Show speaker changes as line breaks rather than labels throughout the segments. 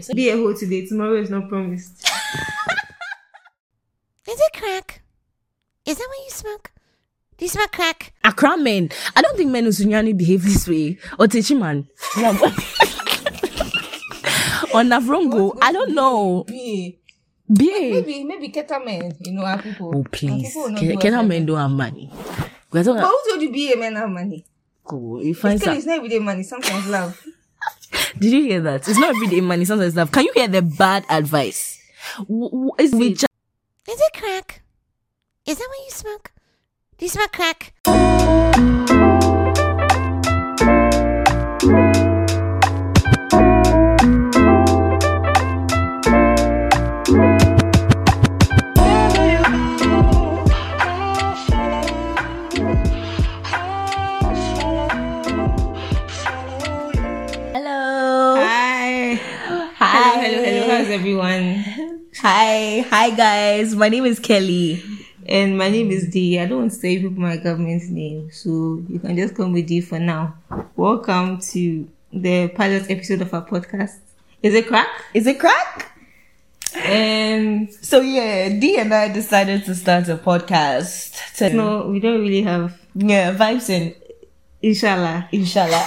So
Be a hoe today. Tomorrow is not promised.
Is it crack? Is that what you smoke? Do you smoke crack?
Accra men. I don't think men Usunyani behave this way. Or Techiman. or Navrongo. I don't know.
Maybe,
Be.
maybe, maybe Ketamen, you know, our people.
Oh,
Our
please.
people will not
Can,
do
can
us
our
like
men don't have money? We're talking
that. But who told you be a man have money?
cool. You find
Basically,
some.
it's not everyday money, sometimes love.
Did you hear that? It's not everyday money. Sometimes stuff. Can you hear the bad advice? W- w- Is it just
Is it crack? Is that what you smoke? Do you smoke crack?
hello?
Oh. Hi.
Hi.
Hello, hello, hello. How's everyone?
Hi. Hi, guys. My name is Kelly.
And my name is Dee. I don't want to say people my government's name, so you can just call me Dee for now. Welcome to the pilot episode of our podcast. Is it crack? Um,
Is it crack?
And
So, yeah, D and I decided to start a podcast. To,
no, we don't really have.
Yeah, vibes and
Inshallah.
inshallah.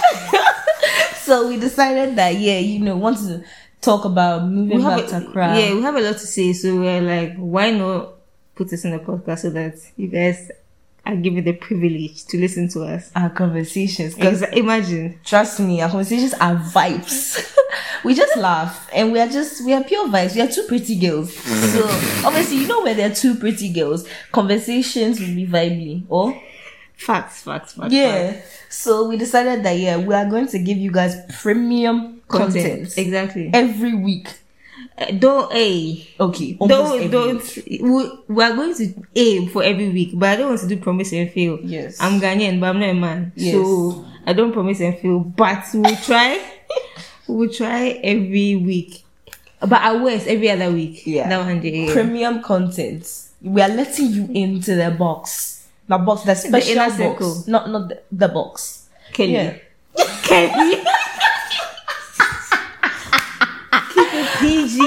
so we decided that yeah, you know, want to talk about moving back to
a,
Accra.
yeah, we have a lot to say, so we're like, why not put this in the podcast so that you guys are given the privilege to listen to us?
our conversations because
Because imagine,
trust me, our conversations are vibes. we just laugh and we are just we are pure vibes. We are two pretty girls. so obviously, you know where there are two pretty girls, conversations will be vibey. Oh
facts, facts, facts. facts.
yeah. So we decided that yeah, we are going to give you guys premium content,
Content. Exactly.
every week.
Uh, don't, hey.
Okay, almost every
Don't, don't, we, we are going to aim for every week, but I don't want to do promise and fail.
Yes.
I'm Ghanaian, but I'm not a man.
Yes.
So I don't promise and fail, but we'll try. we'll try every week. But our worst every other week.
Yeah.
That one day. yeah.
premium content. We are letting you into the box. The box, the special
inner
box.
circle.
Not not the, the box.
Kelly.
Yeah.
Kelly. Keep it PG.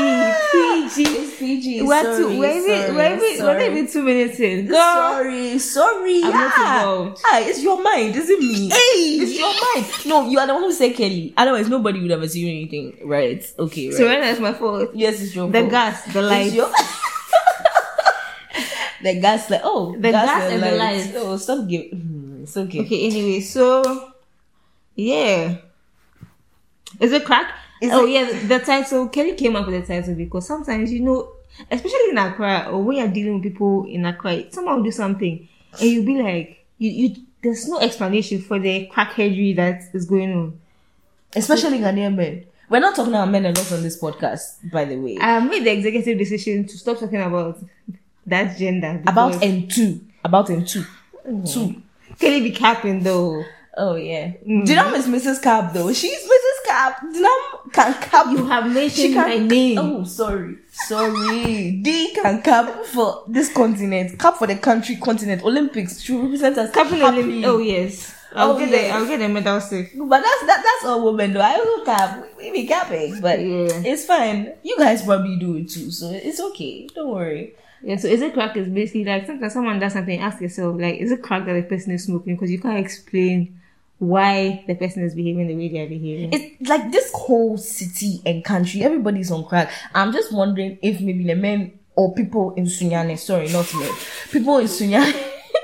PG.
PG.
We're two. We're even. We're even. We're not even two minutes in. Go.
Sorry, sorry.
I'm not
yeah.
involved.
Ah, it's your mind, isn't me?
Hey.
It's your mind. No, you are the one who said Kelly. Otherwise, nobody would have assumed anything. Right. Okay, right.
So right now it's my fault.
yes, it's your
The
fault.
gas, the
It's
light.
your- the gas, like, oh.
The gas and the lights.
Oh, stop giving. It's okay.
Okay. Anyway, so yeah, is it crack?
Is
oh
it-
yeah, the title. Kelly came up with the title because sometimes you know, especially in Accra or when you're dealing with people in Accra, someone will do something and you'll be like, you, you there's no explanation for the crackheadry that is going on.
especially Ghanaian men. We're not talking about men a lot on this podcast, by the way.
I made the executive decision to stop talking about that gender
about
because
and two, about and two,
Mm.
two.
Kelly be capping though.
Oh yeah,
Mm.
Dinam is Mrs. Cab though. She's Mrs. Cab. Dinam can cab.
You have mentioned
can-
my name.
Oh sorry, sorry. D can cab for this continent. Cab for the country continent. Olympics. She will represent us.
Capping
happily.
Olympic. Oh yes, I'll
Oh,
get
yes.
the I'll get the medal safe.
But that's that, that's all women do. I also cab. We, we be cabbing, but
Yeah.
it's fine. You guys probably do it too, so it's okay. Don't worry.
Yeah, so is it crack is basically like sometimes someone does something, ask yourself, like, is it crack that the person is smoking? Because you can't explain why the person is behaving the way they are behaving.
it's like this whole city and country, everybody's on crack. I'm just wondering if maybe the men or people in Sunyane, sorry, not men, people in Sunyane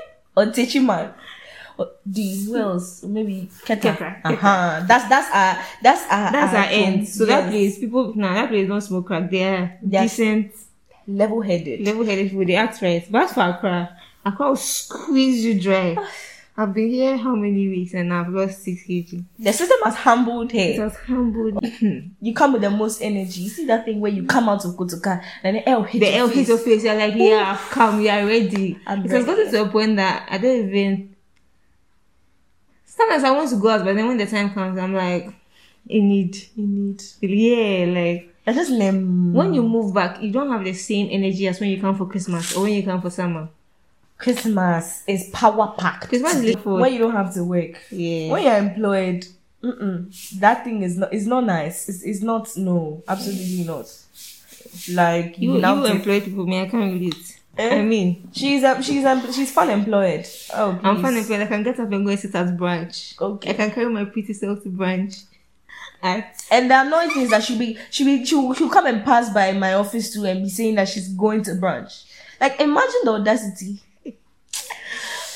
or Techiman. or The Wells, maybe Keta.
Keta,
Uh huh. That's that's our that's our
That's our end. So that
yes,
place, people, nah, that place don't smoke crack. They are
They are-
decent,
level-headed.
level headed people. They act right. But as for Accra, Accra will squeeze you dry. I've been here how many weeks and I've lost 6 kg.
The system has humbled
It
her.
was humbled. the
You come with the most energy. You see that thing where you come out of Kotoka and the L hits your
L hits
face.
your face. You're like, yeah, I've come. You are ready.
I'm
it has
ready.
gotten to a point that I don't even. Sometimes I want to go out, but then when the time comes, I'm like, in need.
You need. Mm.
Yeah, like
I just lem.
when you move back, you don't have the same energy as when you come for Christmas or when you come for summer.
Christmas is power packed.
Christmas is
when
for-
you don't have to work.
Yeah.
When you're employed, Mm-mm. That thing is not. It's not nice. It's, it's not. No, absolutely not. Like
You,
now
you
take-
employ people, me, I can't relate.
Eh?
I mean,
She's um, she's um, she's fun employed. Oh,
I'm
please.
fun employed. I can get up and go and sit at branch.
Okay.
I can carry my pretty self to branch. At
And the annoying thing is that she'll be she'll be she'll, she'll come and pass by my office too and be saying that she's going to brunch. Like imagine the audacity.
I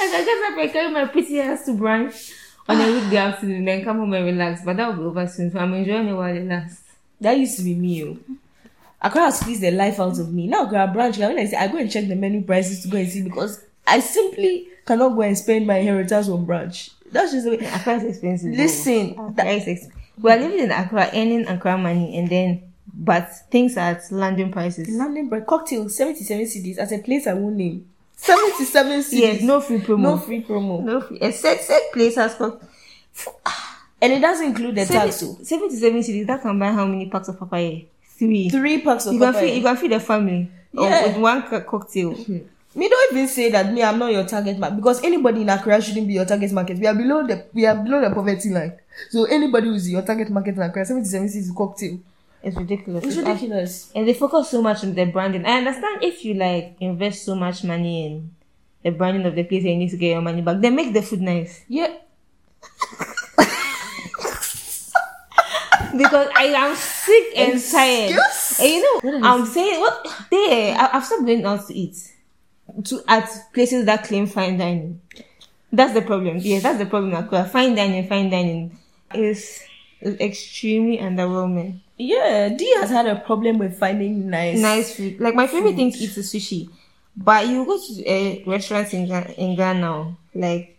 can get up and carry my pretty ass to branch on a weekday afternoon, then come home and relax. But that will be over soon, so I'm enjoying it while it lasts.
That used to be me. oh. Accra has squeezed the life out of me. Now grab brunch. When I say I go and check the menu prices to go and see because I simply cannot go and spend my inheritance on brunch. That's just the way.
Accra is expensive. though.
Listen,
Accra is expensive. We are living in Accra, earning Accra money, and then but things are at London prices.
London bread cocktail seventy seven CDs at a place I won't name. Seventy seven CDs.
Yes, no free promo.
no free promo.
No free. Except set place has got
And it doesn't include the tax. oh.
seven- seventy-seven cities. That can buy how many packs of papaya? Three.
Three packs of
You can
Popeye.
feed. You can feed the family. Oh,
Yeah.
with one co- cocktail.
Me don't even say that me, I'm not your target market because anybody in Accra shouldn't be your target market. We are below the we are below the poverty line. So anybody who's your target market in Accra, 77 is cocktail.
It's ridiculous.
It's
ridiculous.
ridiculous.
And they focus so much on the branding. I understand if you like invest so much money in the branding of the place and you need to get your money back. They make the food nice.
Yeah.
Because I am sick and tired.
Excuse?
And you know, I'm saying what there. I- I've stopped going out to eat to at places that claim fine dining. That's the problem. Yeah, that's the problem. Akua. Fine dining, fine dining is, is extremely underwhelming.
Yeah. D has had a problem with finding nice.
Nice food. Like my favorite thing to eat is sushi, but you go to a restaurant in Ga- in Ghana, like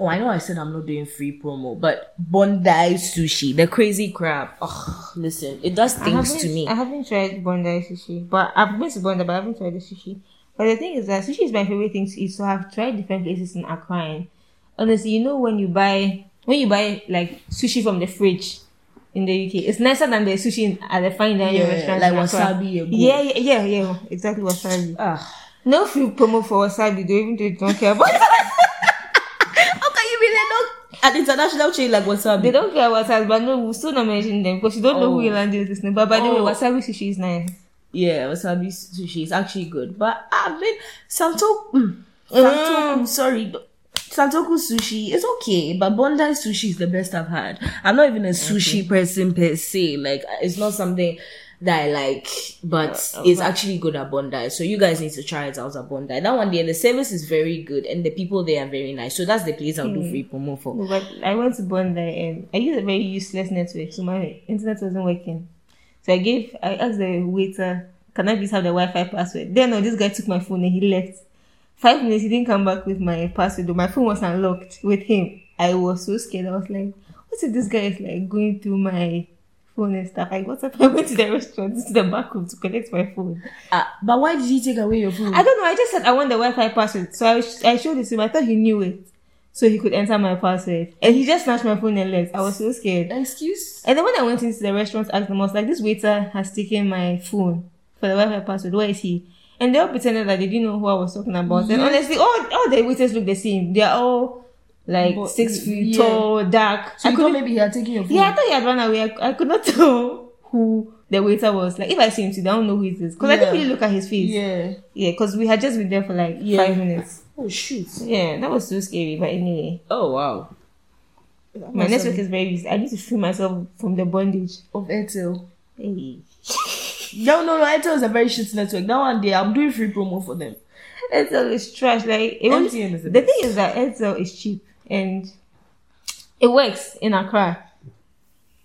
Oh, I know I said I'm not doing free promo, but Bondi sushi, the crazy crab. Oh, listen, it does
I
things to
haven't-
me.
I haven't tried Bondi sushi, but I've been to Bondi, but I haven't tried the sushi. But the thing is that sushi is my favorite thing to eat, so I've tried different places in Accra. And honestly, you know when you buy when you buy like sushi from the fridge in the UK, it's nicer than the sushi in, at the fine dining
Yeah,
restaurant.
like
in Accra.
wasabi and
Yeah, yeah, yeah, yeah, exactly wasabi.
Ah.
No free promo for wasabi, though, even though you don't care about.
How can you be there? Don't- An international chain like Wasabi.
they don't care about us, but no, we'll still not mention them because you don't know who
Oh.
you're landing this name. But by the
Oh.
way, wasabi sushi is nice.
Yeah, wasabi sushi is actually good. But I mean, Santoku, mm, Santoku, sorry, Santoku sushi is okay, but Bondi sushi is the best I've had. I'm not even a sushi person per se. Like, it's not something that I like, but it's actually good at Bondi. So you guys need to try it out at Bondi. That one there, the service is very good, and the people there are very nice. So that's the place I'll do free promo for.
No, But I went to Bondi and I used a very useless network, so my internet wasn't working. So I gave, I asked the waiter, "Can I please have the Wi-Fi password?" Then no, this guy took my phone and he left. Five minutes, he didn't come back with my password. though. My phone was unlocked with him. I was so scared. I was like, "What if this guy is like going through my phone and stuff?" I got up. I went to the restaurant, to the back room to collect my phone.
Uh, but why did he take away your food?
I don't know. I just said I want the Wi-Fi password, so I, sh- I showed it to him. I thought he knew it, so he could enter my password. And he just snatched my phone and left. I was so scared.
Excuse?
And then when I went into the restaurant, asked them, I was like, "This waiter has taken my phone for the Wi-Fi password. Where is he?" And they all pretended that they didn't know who I was talking about. And honestly, all all the waiters look the same. They are all like
But-
six
yeah.
feet tall, dark.
So
I
you thought
couldn't.
maybe he had taken your food?
Yeah, I thought he had run away. I, I could not tell who the waiter was. Like, if I see him today, I don't know who it is because I
Yeah.
didn't really look at his face.
Yeah.
Yeah, because we had just been there for like
Yeah.
five minutes.
Oh, shoot.
Yeah, that was so scary. But anyway,
Oh, wow.
my network is very busy. I need to free myself from the bondage.
of Airtel.
Hey.
No, no, no. Airtel is a very shit network. That one day, I'm doing free promo for them.
Airtel is trash. Like it was,
MTN is the
the thing is that Airtel is cheap and it works in Accra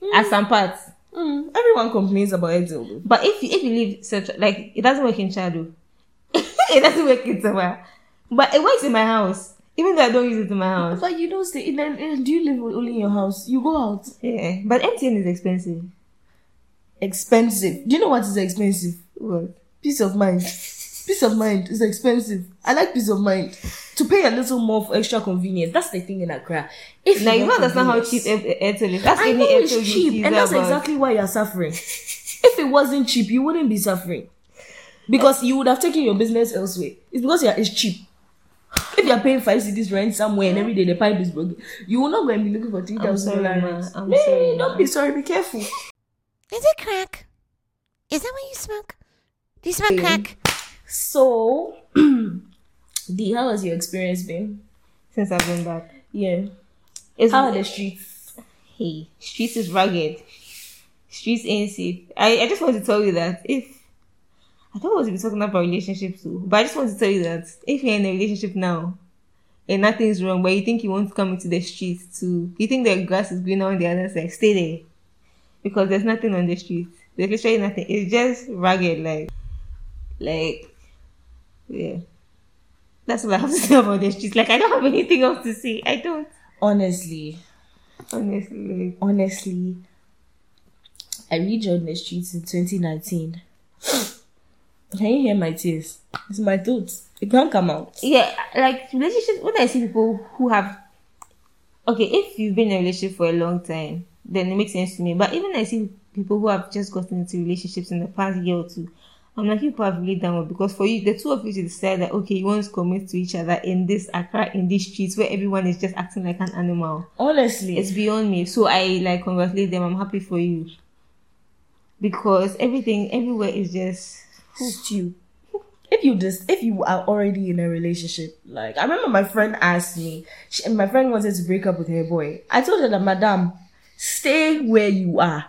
Hmm.
at some parts.
Everyone complains about Airtel. Though.
But if you, if you leave central, like it doesn't work in Chado, it doesn't work in Tama. But it works in my house, even though I don't use it in my house.
But you don't stay. In, in, do you live only in your house? You go out.
Yeah, but MTN is expensive.
Expensive. Do you know what is expensive?
What?
Peace of mind. Peace of mind is expensive. I like peace of mind. To pay a little more for extra convenience. That's the thing in Accra. If
Now you
want
don't understand how cheap
convenience-
Air- Airtel is. That's
I
any
know
Airtel
it's
you see
cheap, and that's
about.
exactly why you're suffering. if it wasn't cheap, you wouldn't be suffering because you would have taken your business elsewhere. It's because you're, it's cheap. If you're you are paying five cities rent somewhere and every day the pipe is broken, you will not go and be looking for three
I'm
thousand
sorry, ma.
dollars.
I'm
Hey,
sorry,
don't
ma.
be sorry. Be careful.
Is it crack? Is that what you smoke? Do you smoke crack?
So, D, how has your experience been?
Since I've been back,
Yeah.
it's
How are the streets?
hey, streets is ragged. Streets ain't safe. I, I just want to tell you that if I don't want to be talking about relationships too, but I just want to tell you that if you're in a relationship now and nothing's wrong, but you think you want to come into the streets to you think the grass is greener on the other side, stay there. Because there's nothing on the streets. There's literally nothing. It's just ragged, like like yeah. That's what I have to say about the streets. Like I don't have anything else to say. I don't
Honestly,
honestly.
honestly, I rejoined the streets in 2019. Can you hear my tears? It's my thoughts. It can't come out.
yeah, like relationships. When I see people who have, okay, if you've been in a relationship for a long time, then it makes sense to me. But even I see people who have just gotten into relationships in the past year or two, I'm like, you people have really done well because for you, the two of you to decide that okay, you want to commit to each other in this Accra, in these streets where everyone is just acting like an animal.
Honestly,
It's beyond me. So I like congratulate them. I'm happy for you because everything everywhere is just
stew. If you just if you are already in a relationship, like I remember my friend asked me, she, and my friend wanted to break up with her boy. I told her that, madam, stay where you are.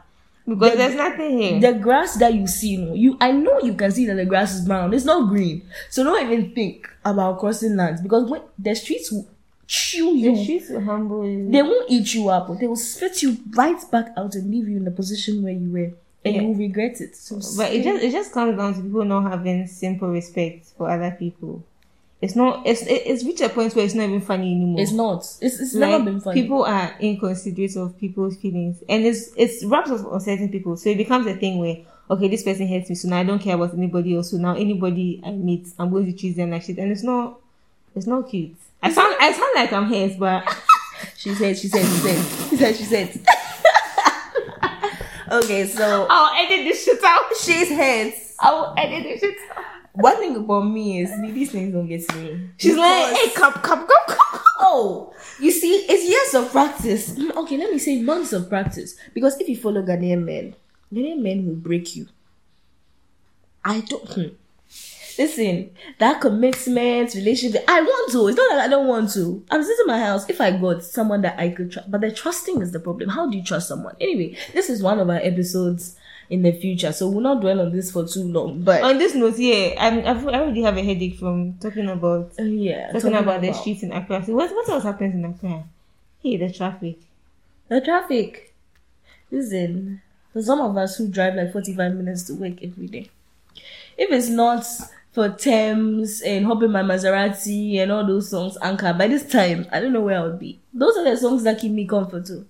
because
The-
there's nothing here.
The grass that you see, no, you I know you can see that the grass is brown. It's not green, so don't even think about crossing lands because when the streets will chew you.
the streets will humble you.
they won't eat you up. They will spit you right back out and leave you in the position where you were, and
Yeah.
you will regret it. So
But
stay-
it just it just comes down to people not having simple respect for other people. It's not it's it- it's reached a point where it's not even funny anymore.
it's not. It's, it's
Like,
never been funny.
People are inconsiderate of people's feelings, and it's it's wraps up on certain people, so it becomes a thing where okay, this person hates me, so now I don't care about anybody else. So now anybody I meet, I'm going to treat them like shit, and it's not it's not cute. I sound I sound like I'm hate, but
She said, she said, she said, she said, she said. okay, so
I'll edit this shit out.
she's heads.
I'll edit this shit out.
One thing about me is these things don't get to me.
She's like,
Because-
hey, come, come, come, come.
oh, you see, it's years of practice. Mm, Okay, let me say months of practice. Because if you follow Ghanaian men, Ghanaian men will break you. I don't. hmm. Listen, that commitment, relationship, I want to. It's not that I don't want to. I'm sitting in my house. If I got someone that I could trust, but the trusting is the problem. How do you trust someone? Anyway, this is one of our episodes in the future, so we'll not dwell on this for too long. But
on this note, yeah, I'm, I've, I already have a headache from talking about
uh, yeah,
talking, about, the streets in Accra. So what what else happens in Accra? Hey, the traffic.
The traffic. Listen, for some of us who drive like 45 minutes to work every day, if it's not for Thames and Hopping My Maserati and all those songs, Anchor, by this time, I don't know where I would be. Those are the songs that keep me comfort too.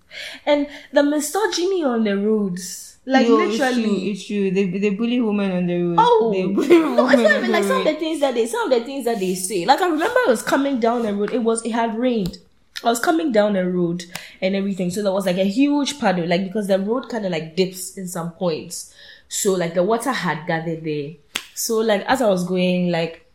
And the misogyny on the roads, like
Yo,
literally.
it's true. It's true. They, they bully women on the road.
Oh,
they bully
no! It's
women
not
on
even like
the
some of
road.
the things that they some of the things that they say. Like I remember, I was coming down the road. It was it had rained. I was coming down the road and everything, so there was like a huge puddle, like because the road kind of like dips in some points, so like the water had gathered there. So like as I was going, like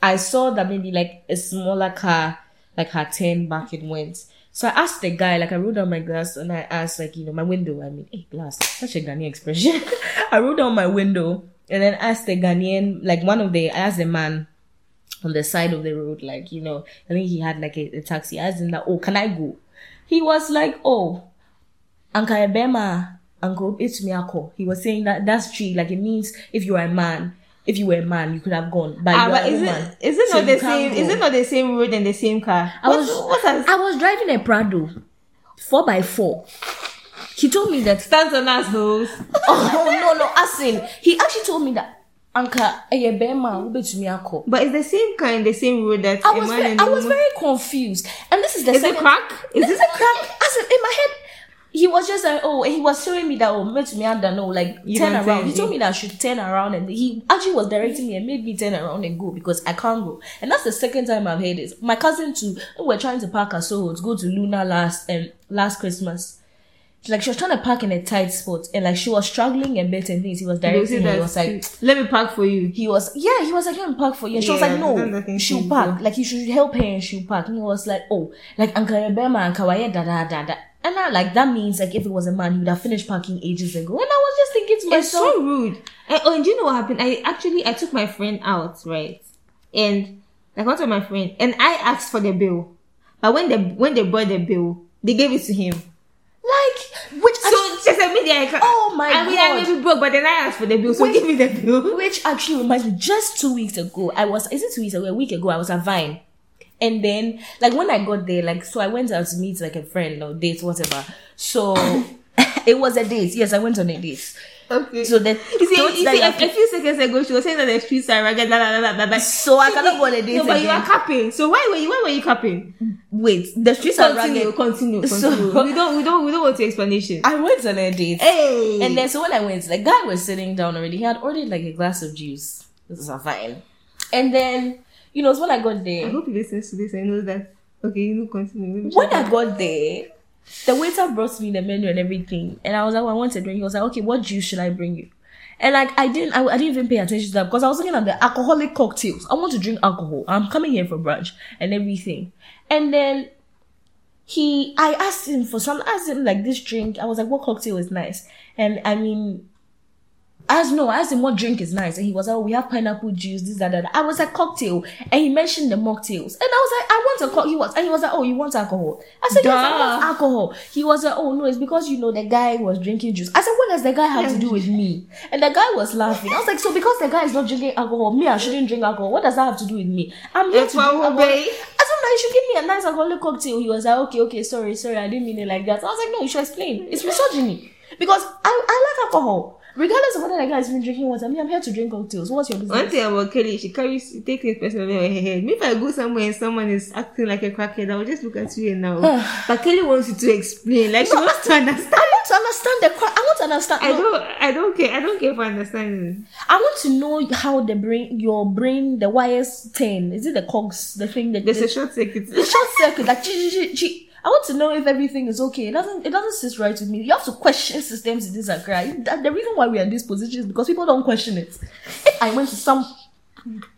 I saw that maybe like a smaller car like had turned back and went. So I asked the guy, like I rolled down my glass and I asked, like, you know, my window. I mean, hey, glass, such a Ghanaian expression. I rolled down my window and then asked the Ghanaian, like one of the, I asked the man on the side of the road, like, you know, I think he had like a, a taxi. I asked him that, oh, can I go? He was like, oh, Uncle Ebema, Uncle Itsumiako. He was saying that that's true. Like it means if you are a man, if you were a man, you could have gone. But,
Ah,
you are
but
a
is
woman,
it is it
so
not
you
the same?
can't
Is
go.
it not the same road and the same car?
I
What-
was
what has
I was driving a Prado, four by four. He told me that.
stands on us hoes?
Oh no no, Asin. He actually told me that. Anka, eh, yeah, bear man, who bet me ako.
But it's the same car and the same road that
I
a
was
man
very,
and a
I was
woman-
very confused, and this is the
Is it
second-
crack?
This
Is
is
this
a crack. Asin, in my head, he was just like, oh, he was showing me that oh, bet me under no, like
You
turn
don't
around.
turn,
He told
yeah.
me that I should turn around, and he actually was directing me and made me turn around and go because I can't go. And that's the second time I've heard this. My cousin too, we were trying to park our souls, go to Luna last um, last Christmas. Like she was trying to park in a tight spot, and like she was struggling and bits and things. He was
They say
directing. her. He
that,
was like,
let me park for you.
he was yeah, he was like, let me park for you. And she was
Yeah,
like,
there's nothing
no,
she
she'll
can
park.
do.
Like you should help her and she'll park. And he was like, oh, like Uncle Rebema and Kawaye da da da da. And I like that means like if it was a man, he would have finished parking ages ago. And I was just thinking to
It's
myself,
so rude. And, oh, and do you know what happened? I actually I took my friend out, right? And like one of my friend and I asked for the bill, but when they when they brought the bill, they gave it to him.
like which
So just immediately, I,
Oh my
I mean, I may
God.
be broke, but then I asked for the bill, so
Wait.
give me the bill.
Which actually reminds me, just two weeks ago, I was, is it two weeks ago? A week ago, I was at Vine. And then, like, when I got there, like, so I went out to meet, like, a friend or date, whatever. So, it was a date. Yes, I went on a date.
Okay.
So, the
You see,
clothes
you
that
see
you
a,
have-
a few seconds ago, she was saying that the streets are ragged, blah, blah, blah, blah, blah.
So I cannot go on a date
No, but you
again.
are capping. So why were you, why were you capping?
wait, the streets are
Continue,
ragged.
continue, continue.
So-
we don't, we don't, we don't want your explanation.
I went on a date.
Hey!
And then, so when I went, the guy was sitting down already. He had ordered, like, a glass of juice. This is a Vine. And then, you know, so when I got
I
there,
hope he listens to this and knows that. Okay, you know, continue. Let me
when
check
I got there, the waiter brought me the menu and everything, and I was like, oh, I want a drink. He was like, okay, what juice should I bring you? And like I didn't, I, I didn't even pay attention to that because I was looking at the alcoholic cocktails. I want to drink alcohol. I'm coming here for brunch and everything. And then he, I asked him for some. I asked him like this drink. I was like, what cocktail is nice? And I mean, as no, I asked him what drink is nice, and he was like, oh, we have pineapple juice, this, that, that. I was like, cocktail, and he mentioned the mocktails, and I was like, I want a cocktail. He was, and he was like, oh, you want alcohol? I said, yes, I want
Duh.
alcohol. He was like, oh no, it's because you know the guy was drinking juice. I said, what does the guy have to do with me? And the guy was laughing. I was like, so because the guy is not drinking alcohol, me I shouldn't drink alcohol. What does that have to do with me? I'm here
It's
to drink
for
alcohol.
Obey.
I don't know. You should give me a nice alcoholic cocktail. He was like, okay, okay, sorry, sorry, I didn't mean it like that. I was like, no, you should explain. It's misogyny because I, I like alcohol, regardless of whether the guy has been drinking water. Me, I'm here to drink cocktails. What's your
One
business?
thing about Kelly, she carries, she takes things personally on her head. Me, if I go somewhere and someone is acting like a crackhead, I will just look at you and now. but Kelly wants you to explain, like she wants to understand.
I want to understand the. cra- I want to understand.
I
no,
don't, I don't care, I don't care for understanding.
I want to know how the brain, your brain, the wires turn. Is it the cogs, the thing that
There's a short circuit.
the short circuit, like chi, chi, chi, chi. I want to know if everything is okay. It doesn't. It doesn't sit right with me. You have to question systems in this Accra. That- The reason why we are in this position is because people don't question it. If I went to some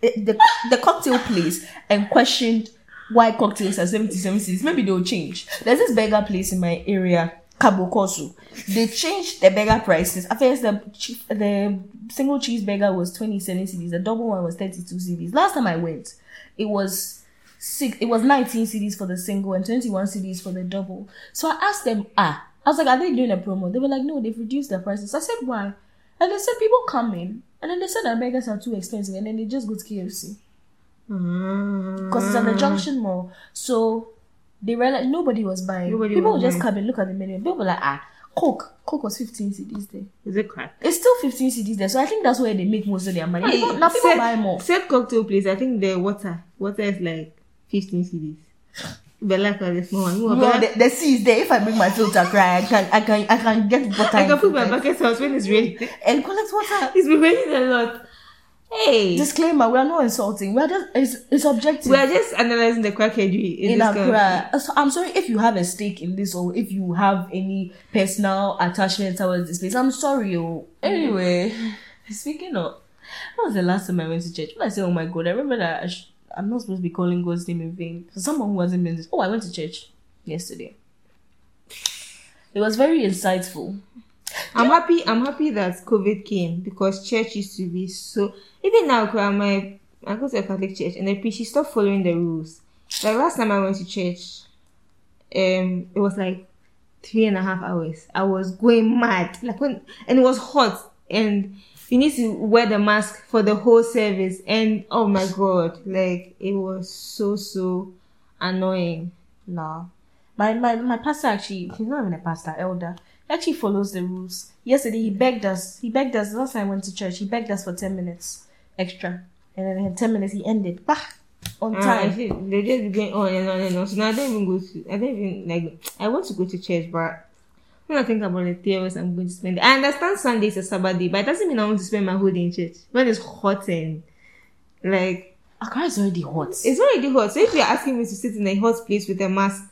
Eh, the, the cocktail place and questioned why cocktails are 77 cents, maybe they'll change. There's this burger place in my area, Kabokosu. They changed the burger prices. At first, the, che- the single cheeseburger was 27 cities, the double one was 32 cities. Last time I went, it was six it was 19 CDs for the single and 21 CDs for the double. So I asked them, ah, I was like, are they doing a promo? They were like, no, they've reduced their prices. I said, why? And they said people come in and then they said that burgers are too expensive and then they just go to KFC. Because it's at the junction mall. So they realized nobody was buying.
Nobody
people
was
would just
buying.
come and look at the menu. People were like, ah, Coke. Coke was 15 CDs there.
Is it crack?
It's still 15 CDs there. So I think that's where they make most of their money. People- now people
Said-
buy more.
Said cocktail place, I think the water, water is like 15 CDs. But like uh, all the small one. You are
No,
better-
the, the sea is there. If I bring my filter, cry, I can, I can, I can get water.
I
and
can put my
filter
bucket out when it's raining.
and collect water.
It's been raining a lot. Hey,
Disclaimer: We are not insulting. We are just it's, it's objective.
we are just analyzing the crackheadry in,
in
this country.
Accra. Uh, So I'm sorry if you have a stake in this or if you have any personal attachment towards this place. I'm sorry. Oh. Anyway, speaking of, when was the last time I went to church? When I said, "Oh my God," I remember that I sh- I'm not supposed to be calling God's name in vain. So someone who hasn't been this. Oh, I went to church yesterday. It was very insightful.
I'm happy. I'm happy that COVID came because church used to be so. Even now, Accra, my I go to a Catholic church and the priest stopped following the rules. Like last time I went to church, um, it was like three and a half hours. I was going mad. Like when and it was hot and you need to wear the mask for the whole service. And oh my god, like it was so so annoying.
No. My, my, my pastor actually, he's not even a pastor, elder. He actually follows the rules. Yesterday he begged us, he begged us, last time I went to church, he begged us for 10 minutes extra. And then in 10 minutes he ended, bah, on
Ah, I
time.
see. they just be going on and on and on. So now I don't even go to. I don't even like. I want to go to church, but when I think about the three hours I'm going to spend, I understand Sunday is a Sabbath day, but it doesn't mean I want to spend my whole day in church when it's hot and like
Accra is already hot.
it's already hot. So if you're asking me to sit in a hot place with a mask,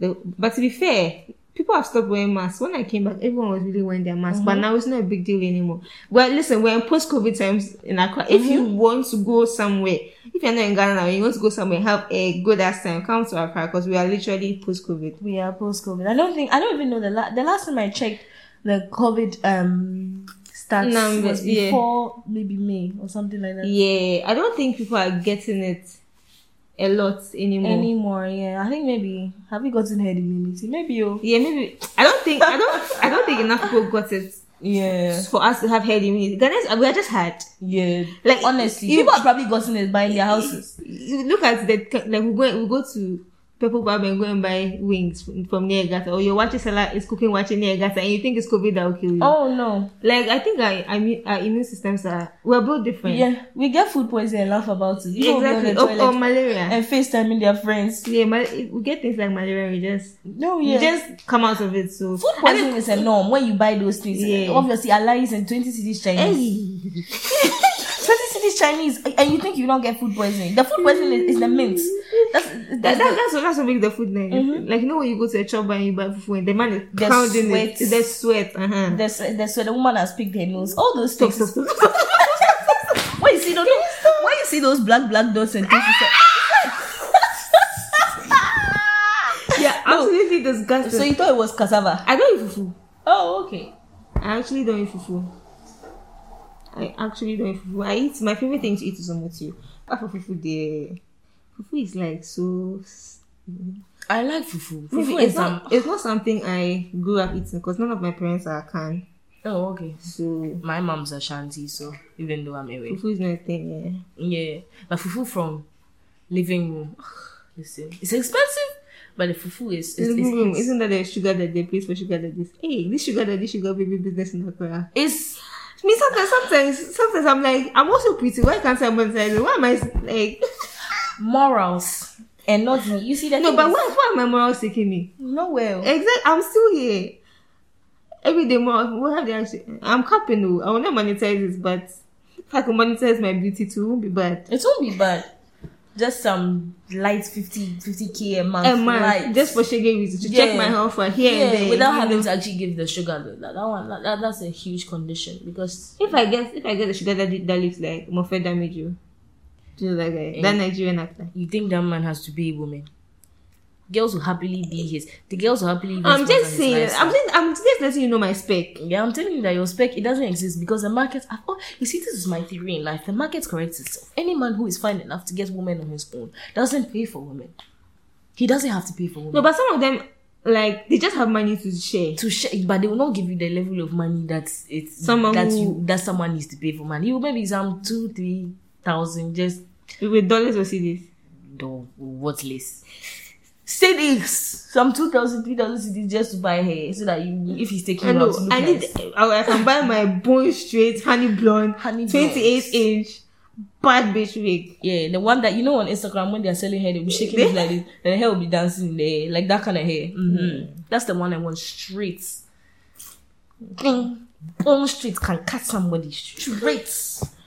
the, but to be fair, people have stopped wearing masks. When I came back, everyone was really wearing their masks, but now it's not a big deal anymore. Well, listen, we're in post COVID times in Accra. If you want to go somewhere, if you're not in Ghana now, you want to go somewhere, have a good ass time, come to Accra because we are literally post COVID.
We are post COVID. I don't think I don't even know the la- the last time I checked the COVID um stats
Numbers,
was
yeah.
before maybe May or something like that.
Yeah, I don't think people are getting it a lot anymore.
Anymore, yeah. I think maybe have you gotten herd immunity? Maybe oh. you.
yeah, maybe I don't think I don't I don't think enough people got it
Yeah,
for us to have herd immunity. Ghanaians, we are just hard.
yeah.
Like,
Like honestly,
you-
people have probably gotten it by in their houses.
You look at the like we go we go to Purple Barb and go and buy wings from near Gata or your watch seller is cooking watching near Gata and you think it's COVID that will kill you.
Oh no!
Like I think I I mean our immune systems are we're both different.
Yeah, we get food poisoning and laugh about it. People will be on
exactly. Oh, um,
the
Or, or
toilet
malaria.
and FaceTiming their friends.
Yeah, mal- we get things like malaria. We just
No,
we
yeah.
just come out of it. So
Food
I mean,
poisoning is a norm when you buy those things.
Yeah.
Obviously, Allah is in 20 cities Chinese.
Hey.
20 cities Chinese, and you think you don't get food poisoning. The food poisoning is, is the mint. That's,
That,
that's
that, that's what that's what makes the food nice. Like you know when you go to a shop and you buy food and the man is
Mm-hmm. The
pounding
sweat.
it, the sweat. Uh-huh.
the, the, the, so the woman has picked her nose. All those
Stop,
things.
stop, stop, stop.
When you see those, when you see those black black dots and things, it's like-
Ah! yeah, absolutely disgusting.
so you thought it was cassava.
I don't eat fufu.
Oh, okay.
I actually don't eat fufu. I actually don't eat fufu. I eat my favorite thing to eat is omotu. After fufu, the fufu is like so.
I like fufu. um,
Maybe it's not. It's not something I grew up eating because none of my parents are can.
Oh, okay.
So
My mom's Ashanti, so even though I'm away.
fufu is not a thing. Yeah.
Yeah, but fufu from living room. Listen, it's expensive, but the fufu is. It's,
Living room.
it's, it's,
Isn't that the sugar that they place for sugar daddies? Hey, this sugar daddy, sugar baby business in Accra.
it's
I mean, sometimes, sometimes, sometimes I'm like, I'm also pretty. Why can't I monetize it? Why am I like?
Morals and not me. You see that?
No, but why, why am I morals taking me?
no well.
Exactly. I'm still here. Every day more. We'll have the action. I'm capping though. I will not monetize it, but if I can monetize my beauty too, it won't be bad.
It won't be bad. Just some light 50 k a month.
A month,
light.
Eh, just for shaggy reasons, to
Yeah.
check my health for here and
yeah,
there.
without
you
having
know.
to actually give the sugar. though. That, that one, that- that, that's a huge condition because
If I get, if I get the sugar that, that looks like Mofe damage you. Do you know that guy?
Eh.
That Nigerian actor.
you think that man has to be a woman. Girls will happily be his. The girls will happily. Be
I'm
his
just
man and
saying.
his
I'm
lifestyle.
just. I'm just letting you know my spec.
Yeah, I'm telling you that your spec it doesn't exist because the market. I- Oh, you see, this is my theory in life. The market corrects itself. Any man who is fine enough to get women on his own doesn't pay for women. He doesn't have to pay for women.
No, but some of them, like, they just have money to share.
to share, but they will not give you the level of money that it's
Someone
that
who-
you that someone needs to pay for money. You maybe some two, three thousand, just
With dollars or CDs.
no, what less. Cities, some two thousand, three thousand cities just to buy hair, so that you, if he's taking
I
you out,
know.
to look
I need.
nice.
I, I can buy my bone straight, honey blonde,
Honey blonde.
twenty-eight inch, bad bitch wig.
Yeah, the one that you know on Instagram when they are selling hair, they'll be shaking it like this, and the hair will be dancing in the air, like that kind of hair.
Mm-hmm.
hmm That's the one I want straight. Ding. On straight can cut somebody straight.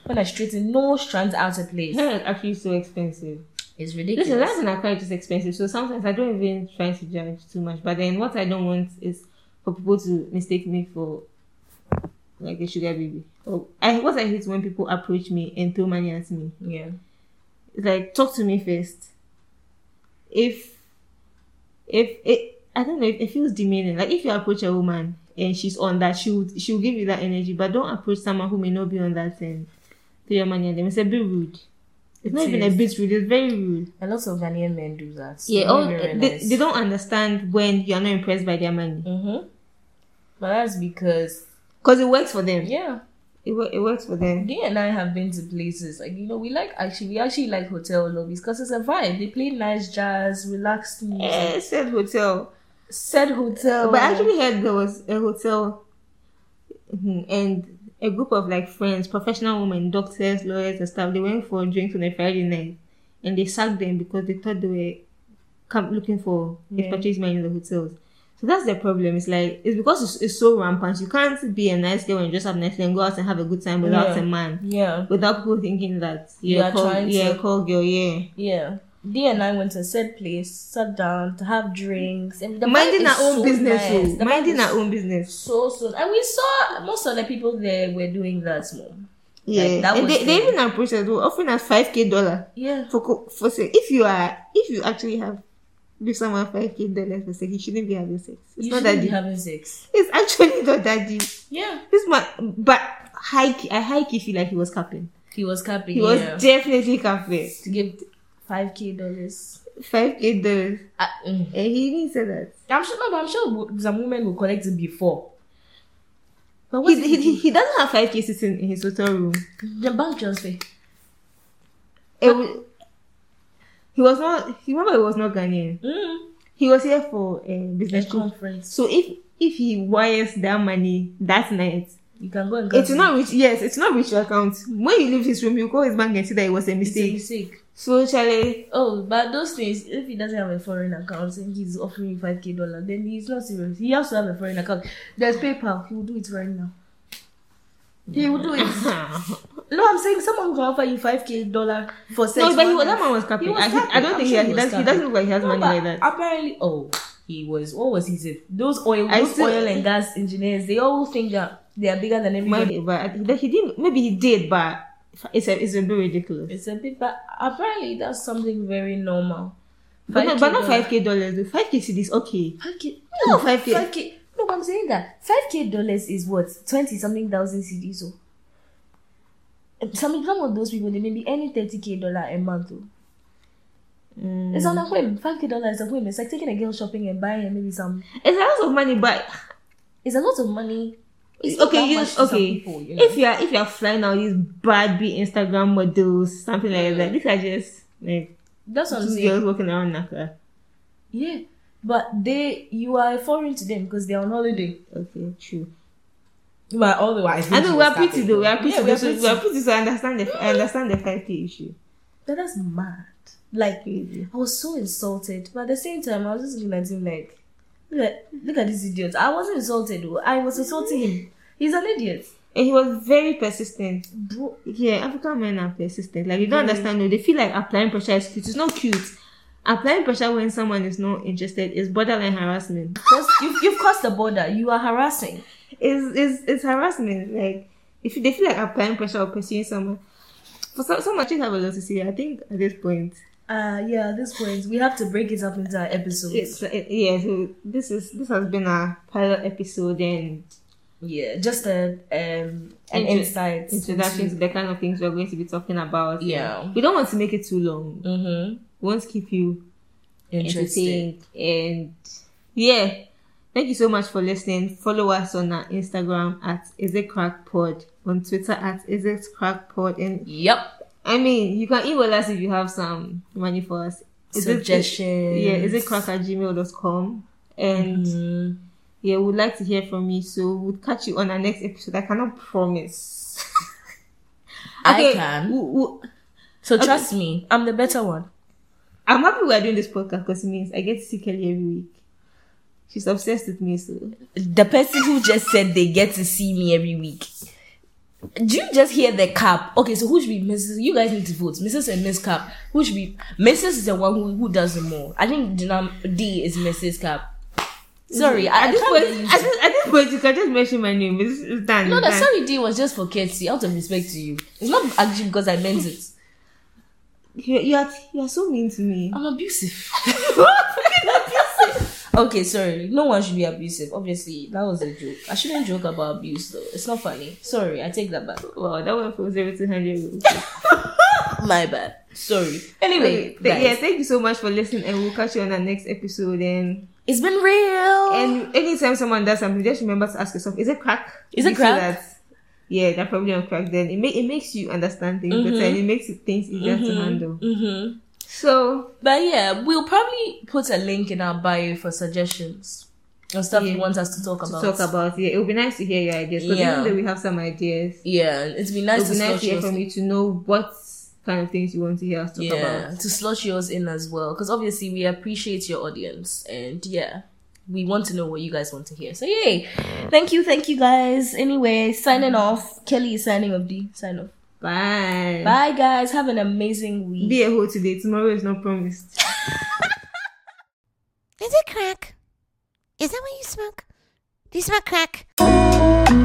When I straighten, no strands out of place.
Hair is actually so expensive.
It's ridiculous.
Listen, that's in Accra, it's just expensive. So sometimes I don't even try to judge too much. But then what I don't want is for people to mistake me for like a sugar baby. Or I what I hate when people approach me and throw money at me.
yeah.
It's like talk to me first. If if it I don't know, it, it feels demeaning. Like if you approach a woman and she's on that, she'll she'll give you that energy, but don't approach someone who may not be on that and throw your money at them. It's a bit rude. It's not even a bit rude, it's very rude.
A lot of Ghanaian men do that.
Yeah,
Don't
oh,
all,
even
they,
realize.
they don't understand when you are not impressed by their money
Mhm. But that's because
because it works for them.
yeah,
It, wo- it works for them.
Gay and I have been to places like you know we like actually we actually like hotel lobbies because it's a vibe. They play nice jazz, relaxed music.
Eh, said hotel,
Said hotel,
but I actually heard there was a hotel, mhm, and a group of like friends, professional women, doctors, lawyers, and stuff. They went for drinks on a Friday night, and they sacked them because they thought they were come looking for expertise men in the hotels. So that's the problem. It's like it's because it's, it's so rampant. You can't be a nice girl and dress up nicely and go out and have a good time without
Yeah.
a man.
yeah,
without people thinking that
You
you're
are
called,
trying
yeah,
to-
call girl, yeah.
yeah.
Dee and I went to a said place, sat down to have drinks, and the
Minding
vibe
our
is
own
so
business.
nice.
oh.
The vibe
Minding
is
our own business.
so so, and we saw most of the people there were doing that more.
Yeah.
that
and
was
they, they
the-
even approached us, oh, offering us 5k dollar
Yeah,
for, co- for sex. If you are, if you actually have give someone 5k dollars for sex, you shouldn't be having sex. It's
you
not
shouldn't
that
be
deep.
having sex.
It's actually not that deep.
Yeah,
This man, but hike, I hike, you feel like he was capping.
he was capping.
He
yeah.
was definitely capping.
to give five k dollars. mm.
5k dollars. And he didn't say that.
I'm sure, no, but I'm sure wo- some women will collect it before. But what
He,
did
he,
he
he, he doesn't have 5k sitting in his hotel room.
do? the bank transfer?
It wa- he was not, he- remember, he was not Ghanaian.
Mm.
He was here for a business
A
trip.
conference.
So if if he wires that money that night,
You can go and get
it's not reach. Yes, it's not reach your account. When you leave his room, you call his bank and see that it was a
It's a
mistake.
mistake.
So Charlie,
Oh, but those things, if he doesn't have a foreign account and he's offering you 5k dollar, then he's not serious. He has to have a foreign account. There's PayPal, he will do it right now. He will do it. no, I'm saying someone can offer you 5k dollar for sex.
no, but he,
one
was- that
night.
man was capping.
He was
I, he- I
capping.
don't
I'm
think
sure
he,
he
he
was
does. He
capping.
doesn't look like he has
No,
money
but
like that.
Apparently, oh, he was. What was his? Those oil,
I
those
still-
oil and gas engineers. They all think that they are bigger than everybody.
Money, but he, he didn't. Maybe he did, but it's a it's a bit ridiculous.
It's a bit, but apparently that's something very normal.
But not, but not
$5K
five k dollars. The five k is okay.
Five k.
No, 5K.
Five k. No, but I'm saying that five k dollars is what twenty something thousand CDs. So some some of those people they may be earning thirty k dollar a month. Oh. It's on a whim. Five k dollars is a whim. It's like taking a girl shopping and buying maybe some.
It's a lot of money, but
It's a lot of money. It's not
okay,
that
you
much to some
okay.
people, you know?
If you are if you are flying all these bad B Instagram models, something like that. These are just like
That's what I'm
two
saying.
girls walking around Naka.
Yeah, but they you are foreign to them because they're on holiday.
Okay, true.
But otherwise,
I know we are pretty though. We are pretty.
Yeah, we
though,
are
so
pretty.
we are pretty. So I understand the I understand the five k issue.
That is mad. Like
Crazy.
I was so insulted, but at the same time, I was just looking at him like, look at, look at this idiot. I wasn't insulted. though. I was insulting him. He's an idiot,
And he was very persistent.
bro.
Yeah, African men are persistent. Like you don't understand. No, they feel like applying pressure is cute. It's not cute. Applying pressure when someone is not interested is borderline harassment.
Cross- You've, you've crossed the border. You are harassing.
It's it's, it's harassment. Like if they feel like applying pressure or pursuing someone, for some some actually have a lot to say. I think at this point,
Uh, yeah. At this point, we have to break it up into episodes.
it's it, yeah. So this is this has been a pilot episode and
Yeah, just a um an
Intro-
insight
introduction to
into-
the kind of things we're going to be talking about.
Yeah.
we don't want to make it too long.
Mhm.
We want to keep you
Interesting.
entertained and yeah. Thank you so much for listening. Follow us on our Instagram at Is It Crack Pod, on Twitter at Is It Crack Pod, and
Yep.
I mean, you can email us if you have some money for us.
Suggestions.
It, yeah, is it crack at gmail.com? And
Mhm.
yeah, we'd like to hear from you. So we'll catch you on our next episode. I cannot promise.
I can.
we- we-
So trust me, I'm the better one.
I'm happy we're doing this podcast because it means I get to see Kelly every week. She's obsessed with me, so
The person who just said they get to see me every week. Do you just hear the cap? Okay, so who should be Mrs. You guys need to vote. Mrs. and Miss Cap. Who should be Mrs. is the one who, who does it more. I think the num- D is Mrs. Cap. Sorry, I, I
at this
can't
point,
believe-
at this, at this point, you can just mention my name. It's, it's done.
No,
it's
the
done.
sorry D was just for courtesy, out of respect to you. It's not actually because I meant it.
You, you are you are so mean to me.
I'm abusive. okay, sorry. No one should be abusive. Obviously, that was a joke. I shouldn't joke about abuse though. It's not funny. Sorry, I take that back.
Wow, Oh, that went from zero to hundred.
My bad. Sorry. Anyway,
Anyway,
guys,
yeah, thank you so much for listening, and we'll catch you on our next episode. And
it's been real.
and anytime someone does something, just remember to ask yourself: Is it crack?
Is
If
it
you feel
crack?
that- yeah, they're probably on crack. Then it make, it makes you understand things
Mm-hmm.
better, and it makes it- things easier to handle.
hmm
So
But yeah, we'll probably put a link in our bio for suggestions or stuff
Yeah.
you want us to talk
to
about.
talk about it, it would be nice to hear your ideas because
Yeah.
even though we have some ideas,
yeah, it's been
it
nice
would be
to
nice
slot
to hear
yours.
from you to know what kind of things you want to hear us talk
yeah,
about.
to slot yours in as well, because obviously we appreciate your audience, and yeah, we want to know what you guys want to hear. So yay! Thank you, thank you guys. Anyway, signing off. Kelly is signing off. D sign off.
Bye.
Bye, guys. Have an amazing week.
Be a hoe today. Tomorrow is not promised.
Is it crack? Is that what you smoke? Do you smoke crack?